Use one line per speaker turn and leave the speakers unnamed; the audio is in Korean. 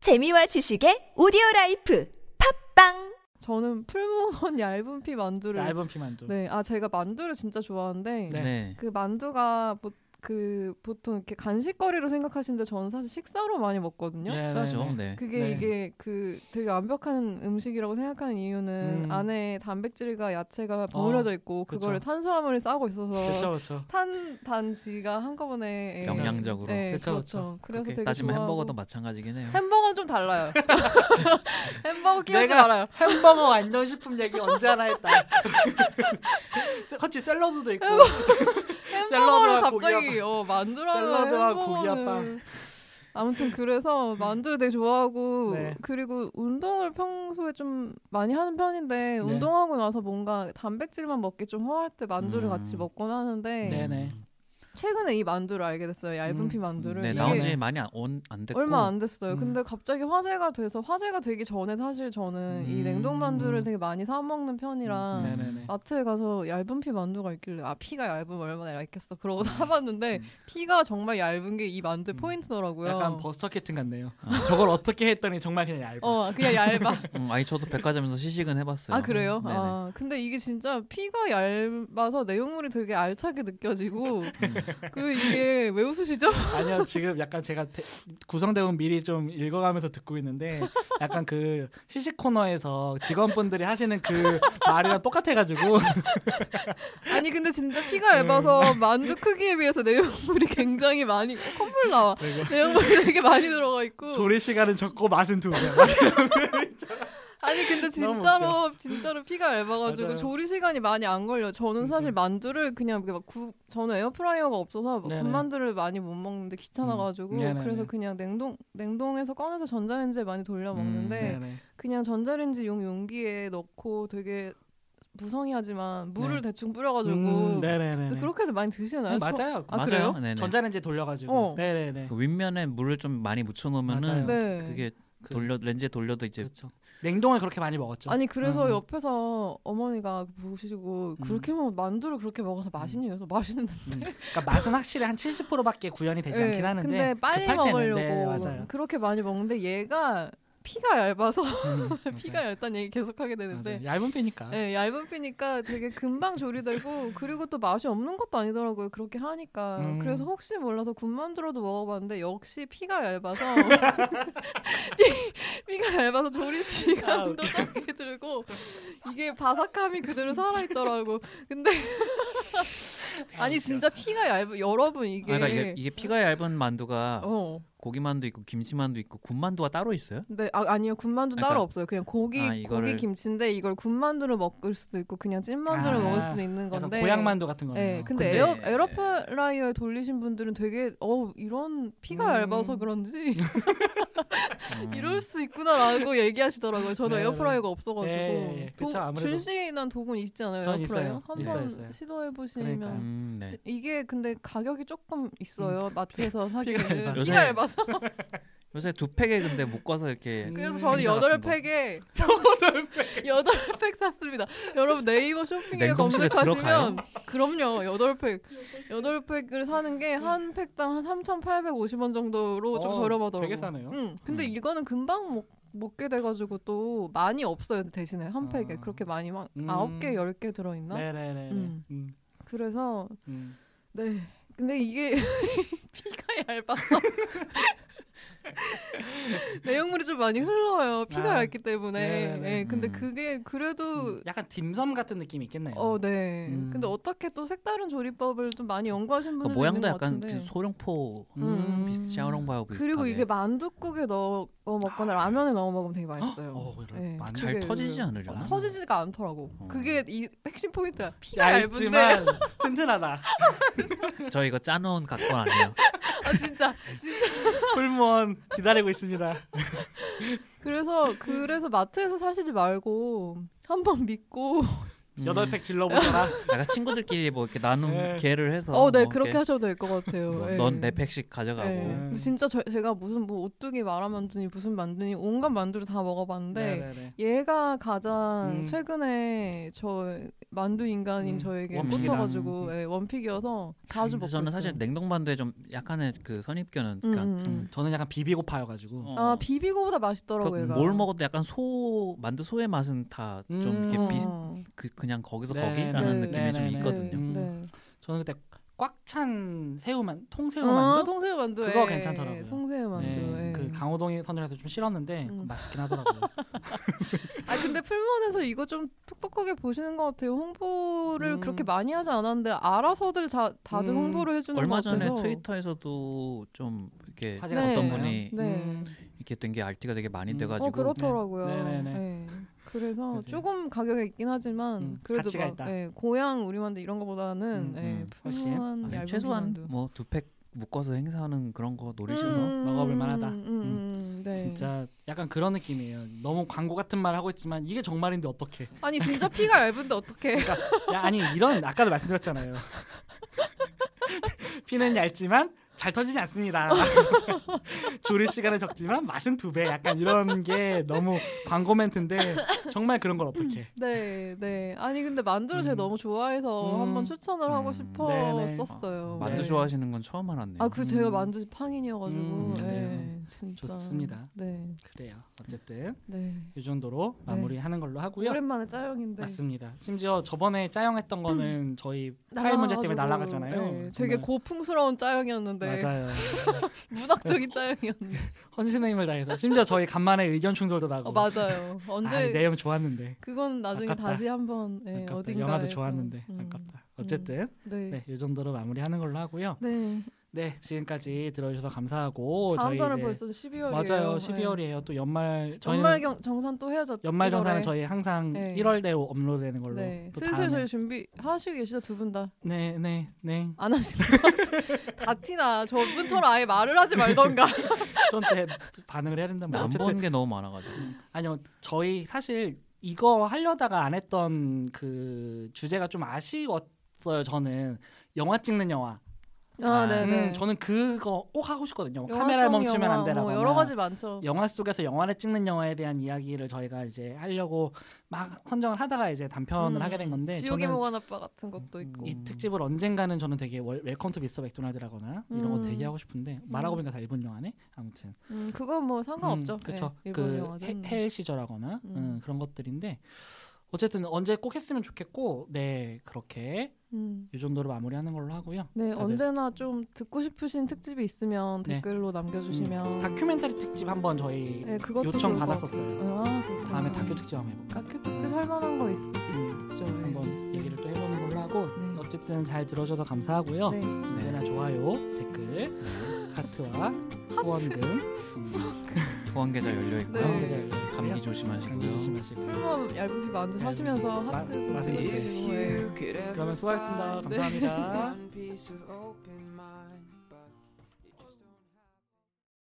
재미와 지식의 오디오 라이프 팝빵
저는 풀무원 얇은 피 만두를
얇은 피만두.
네, 아 제가 만두를 진짜 좋아하는데
네.
네.
그 만두가 보, 그 보통 이렇게 간식거리로 생각하시는데 저는 사실 식사로 많이 먹거든요.
네.
식사죠.
네,
네.
그게
네.
이게 그 되게 완벽한 음식이라고 생각하는 이유는
음.
안에 단백질과 야채가 버무려져 있고 그거를
그쵸.
탄수화물이 싸고 있어서
그렇죠, 그렇죠.
탄 단지가 한꺼번에 예,
영양적으로.
예,
그쵸,
그렇죠. 그래서
그렇게
되게
따지면
좋아하고.
햄버거도 마찬가지긴 해요.
햄버거는 좀 달라요. 햄버거 끼우지
내가-
말아요.
햄버거 완전식품 얘기 언제 하나 했다. 같이 샐러드도 있고.
햄버거를
샐러드와 고기
갑자기 어 만두랑
샐러드와 고기
햄버거는 아무튼 그래서 만두를 되게 좋아하고
네.
그리고 운동을 평소에 좀 많이 하는 편인데
네.
운동하고 나서 뭔가 단백질만 먹기 좀 허할 때 만두를
음.
같이 먹곤 하는데
네. 네네.
최근에 이 만두를 알게 됐어요 얇은
음.
피 만두를
네,
이게
나온 지 많이 안, 온- 안 됐고.
얼마 안 됐어요.
음.
근데 갑자기 화제가 돼서 화제가 되기 전에 사실 저는 이
음.
냉동 만두를 되게 많이 사 먹는
아.
편이라
음.
네네네.
마트에 가서 얇은 피 만두가 있길래 아 피가 얇으면 얼마나 얇겠어 그러고 사봤는데
음.
피가 정말 얇은 게 이 만두 의
음.
포인트더라고요.
약간 버스터 캣튼 같네요. 아. 저걸 어떻게 했더니 정말 그냥 얇아.
어 그냥 얇아.
음, 아니 저도 백화점에서 시식은 해봤어요.
아 그래요?
음.
네네.
아 근데 이게 진짜 피가 얇아서 내용물이 되게 알차게 느껴지고
음.
그 이게 왜 웃으시죠?
아니요, 지금 약간 제가 대- 구성대본 미리 좀 읽어가면서 듣고 있는데 약간 그 시식 코너에서 직원분들이 하시는 그 말이랑 똑같아가지고
아니 근데 진짜 피가
음.
얇아서 만두 크기에 비해서 내용물이 굉장히 많이 어, 콧물 나와.
그리고
내용물이 되게 많이 들어가 있고
조리 시간은 적고 맛은 두 배.
아니 근데
너무
진짜로 진짜로 피가 얇아가지고
맞아요. 음,
조리 시간이 많이 안 걸려. 저는 사실 만두를 그냥 이렇게 막 구, 저는 에어프라이어가 없어서 막
네네.
군만두를 많이 못 먹는데 귀찮아가지고
음. 네네네.
그래서 그냥 냉동 냉동에서 꺼내서 전자레인지에 많이 돌려
음,
먹는데
네네.
그냥 전자레인지 용 용기에 넣고 되게 무성의하지만 물을 대충 뿌려가지고
네. 음, 네네네.
그렇게도 많이 드시나요?
네, 맞아요.
아,
맞아요.
그래요?
네네.
전자레인지 돌려가지고.
어.
네네네.
그 윗면에 물을 좀 많이
맞아요.
묻혀놓으면은
저- 네.
그게
그-
돌려 렌즈에 돌려도 이제
그렇죠. 냉동을 그렇게 많이 먹었죠.
아니 그래서
음.
옆에서 어머니가 보시고 그렇게 먹으면 만두를 그렇게 먹어서 맛있니? 그래서 맛있는데
음. 그러니까 맛은 확실히 한 70%밖에 구현이 되지
네,
않긴 하는데
근데 빨리
급할 때는,
먹으려고
네, 맞아요.
그렇게 많이 먹는데 얘가 피가 얇아서
음,
피가 얇다는 얘기 계속 하게
맞아요.
되는데
맞아요. 얇은 피니까.
예, 얇은 피니까 되게 금방 조리되고 그리고 또 맛이 없는 것도 아니더라고요 그렇게 하니까
음.
그래서 혹시 몰라서 군만두로도 먹어봤는데 역시 피가 얇아서 피, 가 얇아서 조리 시간도 짧게 들고 이게 바삭함이 그대로 살아있더라고 근데 아니 진짜 피가 얇은 여러분 이게
아, 그러니까 이게, 이게 피가 얇은 만두가
예. 어.
고기만두 있고 김치만두 있고 군만두가 따로 있어요?
네, 아, 아니요 군만두 따로
그러니까-
없어요. 그냥 고기
아,
고기
이거를-
김치인데 이걸 군만두로 먹을 수도 있고 그냥 찐만두로
아,
먹을 수도 있는
약간
건데.
고향만두 같은 거네요.
네, 근데,
근데-
에어 에어프라이어에 돌리신 분들은 되게 어 이런 피가
음.
얇아서 그런지
음.
이럴 수 있구나라고 얘기하시더라고요. 저는
네,
에어프라이어가 없어가지고.
예, 예, 예.
도-
그쵸, 아무래도.
준 씨는 도구 있지 않아요?
전
에어프라이어?
있어요. 있어요,
한번
있어요.
시도해 보시면
그러니까요. 음.
음, 네.
이게 근데 가격이 조금 있어요. 마트에서 사기에는
얇아서.
피가
요새-
얇아서.
요새 두 팩에 근데 묶어서 이렇게
음.
그래서 저는
행사
여덟
같은 거.
팩에 여덟 팩 샀습니다. 여러분 네이버 쇼핑에
냉동실에
검색하시면 그럼요 여덟 팩 여덟 팩을 사는 게 한 팩당 한 3,850원 정도로 좀
어,
저렴하더라고요.
되게 싸네요.
응. 근데
음.
이거는 금방 먹, 먹게 돼가지고 또 많이 없어요 대신에 한
아.
팩에 그렇게 많이 막
음.
아홉 개 열 개 들어있나?
네네네. 음,
음. 그래서 네. 근데 이게 피가 얇아서 내용물이 좀 많이 흘러요. 피가
아,
얇기 때문에.
네, 네.
예, 근데
음.
그게 그래도
음. 약간 딤섬 같은 느낌이 있겠네요.
어, 네.
음.
근데 어떻게 또 색다른 조리법을 좀 많이 연구하신
그
분들이 음,
모양도
있는 것
약간
같은데.
그 소룡포
음.
비슷 샤오롱바오 비슷하게
그리고 이게 만둣국에 넣어
아.
먹거나 라면에 넣어 먹으면 되게 맛있어요.
어, 이런
예,
만-
잘
되게
터지지
그-
않으려나?
터지지가 않더라고.
어.
그게 이 핵심 포인트야. 피가 얇은데
얇지만 튼튼하다.
저 이거 짜놓은 각본 아니에요.
아 진짜
풀무원 기다리고 있습니다.
그래서 그래서 마트에서 사시지 말고 한번 믿고
음.
여덟 팩 질러보더라.
약간 친구들끼리 뭐 이렇게 나눔
네.
개를 해서
어, 네
뭐
그렇게
이렇게
하셔도 될 것 같아요.
뭐
예.
넌네 팩씩 가져가고
예.
음.
근데 진짜 저, 제가 무슨 뭐 오뚜기 마라 만두니 무슨 만두니 네.
네,
온갖 만두를 다 먹어봤는데
네네네.
얘가 가장
음.
최근에 저 만두 인간인
음,
저에게
원픽이랑.
꽂혀가지고 예, 원픽이어서 자주 먹고
근데 저는 사실
있어요.
냉동만두에 좀 약간의 그 선입견은
음,
그러니까
음, 음.
음, 저는 약간 비비고파여가지고
어,
아 비비고보다 맛있더라고요.
그
얘가.
뭘 먹어도 약간 소 만두 소의 맛은 다 좀
음.
이렇게 비슷
어.
그, 그냥 거기서
네,
거기라는
네,
느낌이 좀
네, 네,
있거든요.
네.
네.
저는 그때 꽉 찬 새우만 통새우
아,
만두
통새우 만두.
그거
예,
괜찮더라고요.
예, 통새우 만두.
네,
예.
그 강호동이 선전해서 좀 싫었는데
음.
맛있긴 하더라고요.
아 근데 풀먼에서 이거 좀 똑똑하게 보시는 것 같아요. 홍보를
음.
그렇게 많이 하지 않았는데 알아서들 자, 다들
음.
홍보를 해주는
얼마
것
전에
같아서.
트위터에서도 좀 이렇게
화제가
네.
어떤
됐었나요?
분이
네.
음.
이렇게 된 게 RT가 되게 많이
음.
돼가지고
어 그렇더라고요.
네. 네, 네,
예. 그래서
그래요.
조금 가격이 있긴 하지만
음,
그래도
가치가
막,
있다.
예, 고향 우리만두 이런 거보다는
음,
예,
음.
훨씬.
풀먼
아니,
얇은
최소한
만두.
뭐 두 팩 묶어서 행사하는 그런 거 노리셔서
먹어볼 만하다.
음, 음, 음, 네.
진짜 약간 그런 느낌이에요. 너무 광고 같은 말 하고 있지만 이게 정말인데 어떻게?
아니 진짜 피가 얇은데 어떡해.
야, 아니 이런 아까도 말씀드렸잖아요. 피는 얇지만 잘 터지지 않습니다. 조리 시간은 적지만 맛은 두 배. 약간 이런 게 너무 광고 멘트인데 정말 그런 걸 어떻게?
네, 네. 아니 근데 만두를 제가
음.
너무 좋아해서
음. 네,
한번 추천을 하고
음.
싶었었어요. 네.
만두 좋아하시는 건 처음 알았네요.
아, 그 제가
음.
만두 팡인이어가지고,
음,
네,
그래요.
진짜
좋습니다.
네,
그래요. 어쨌든
네.
이 정도로
네.
마무리하는 걸로 하고요.
오랜만에 짜영인데
맞습니다. 심지어 저번에 짜영했던 거는 저희 파일 문제
음. 날아가가지고,
때문에 날아갔잖아요.
네, 되게
정말.
고풍스러운 네. 짜영이었는데
맞아요.
문학적인 짜영이었는데.
헌신의 힘을 다해서 심지어 저희 간만에 의견 충돌도 나고.
어, 맞아요. 언제
아, 내용 좋았는데.
그건 나중에
아깝다.
다시 한번 네,
아깝다.
어딘가에서
영화도 좋았는데
음,
아깝다. 어쨌든
네. 네.
네, 이 정도로 마무리하는 걸로 하고요. 네, 지금까지 들어주셔서 감사하고
다음
저희
달은
이제
벌써 12월이에요. 네. 예.
맞아요. 12월이에요. 또 연말 저희는
연말 경, 정산 또 해야죠.
연말 정산은
1월에.
저희 항상
네.
1월 대로 업로드되는 걸로.
네.
또
슬슬
다음에.
저희 준비 하시고 계시죠 두 분 다.
네, 네, 네.
안 하시는 것 같아. 다 티나. 저분처럼 아예 말을 하지 말던가.
저한테 반응을 해야 된다면
안
어쨌든
보는 게 너무 많아가지고
아니요 저희 사실 이거 하려다가 안 했던 그 주제가 좀 아쉬웠어요 저는 영화 찍는 영화
아,
아,
네, 네.
음, 저는 그거 꼭 하고 싶거든요
영화성
카메라를 멈추면
영화,
안 예, 되라고
뭐 여러 가지 많죠.
영화 속에서 영화를 찍는 영화에 대한 이야기를 저희가 이제 하려고 막 선정을 하다가 이제 단편을
음,
하게 된 건데
지옥의
네, 저는 음,
모건 아빠 같은 것도 있고.
이 특집을 언젠가는 저는 되게 월, 웰컴 투 미스터 맥도날드라거나 이런 거
음.
되게 하고 싶은데 말하고 보니까 다 일본 영화네 아무튼
음, 그건 뭐 상관없죠.
그쵸
네, 일본
그
영화든.
헬- 헬 시절하거나
음.
음, 그런 것들인데 어쨌든 언제 꼭 했으면 좋겠고 네 그렇게
음.
이 정도로 마무리하는 걸로 하고요.
네,
다들.
언제나 좀 듣고 싶으신 특집이 있으면
네. 음,
댓글로 남겨주시면.
다큐멘터리 특집 한번 저희
네, 그것도
요청
좋을 것
받았었어요.
같아요. 아, 그렇구나.
다음에 다큐 특집 한번 해볼까?
다큐 특집 할 만한 거 있, 있죠. 네.
한번 얘기를 또 해보는 걸로 하고
네.
어쨌든 잘 들어줘서 감사하고요.
네.
언제나 좋아요, 댓글, 하트와 후원금 음,
보안 계좌 열려 있고요.
네.
계좌 열려 있고요.
감기
감기
조심하시고요.
조심하시고
풀몸 얇은 피부
네,
안주 사시면서
마-
하트도
맛은
찍어주시고.
기대해요.
예. 네.
그러면 수고하셨습니다. 감사합니다.
One piece of open mind, but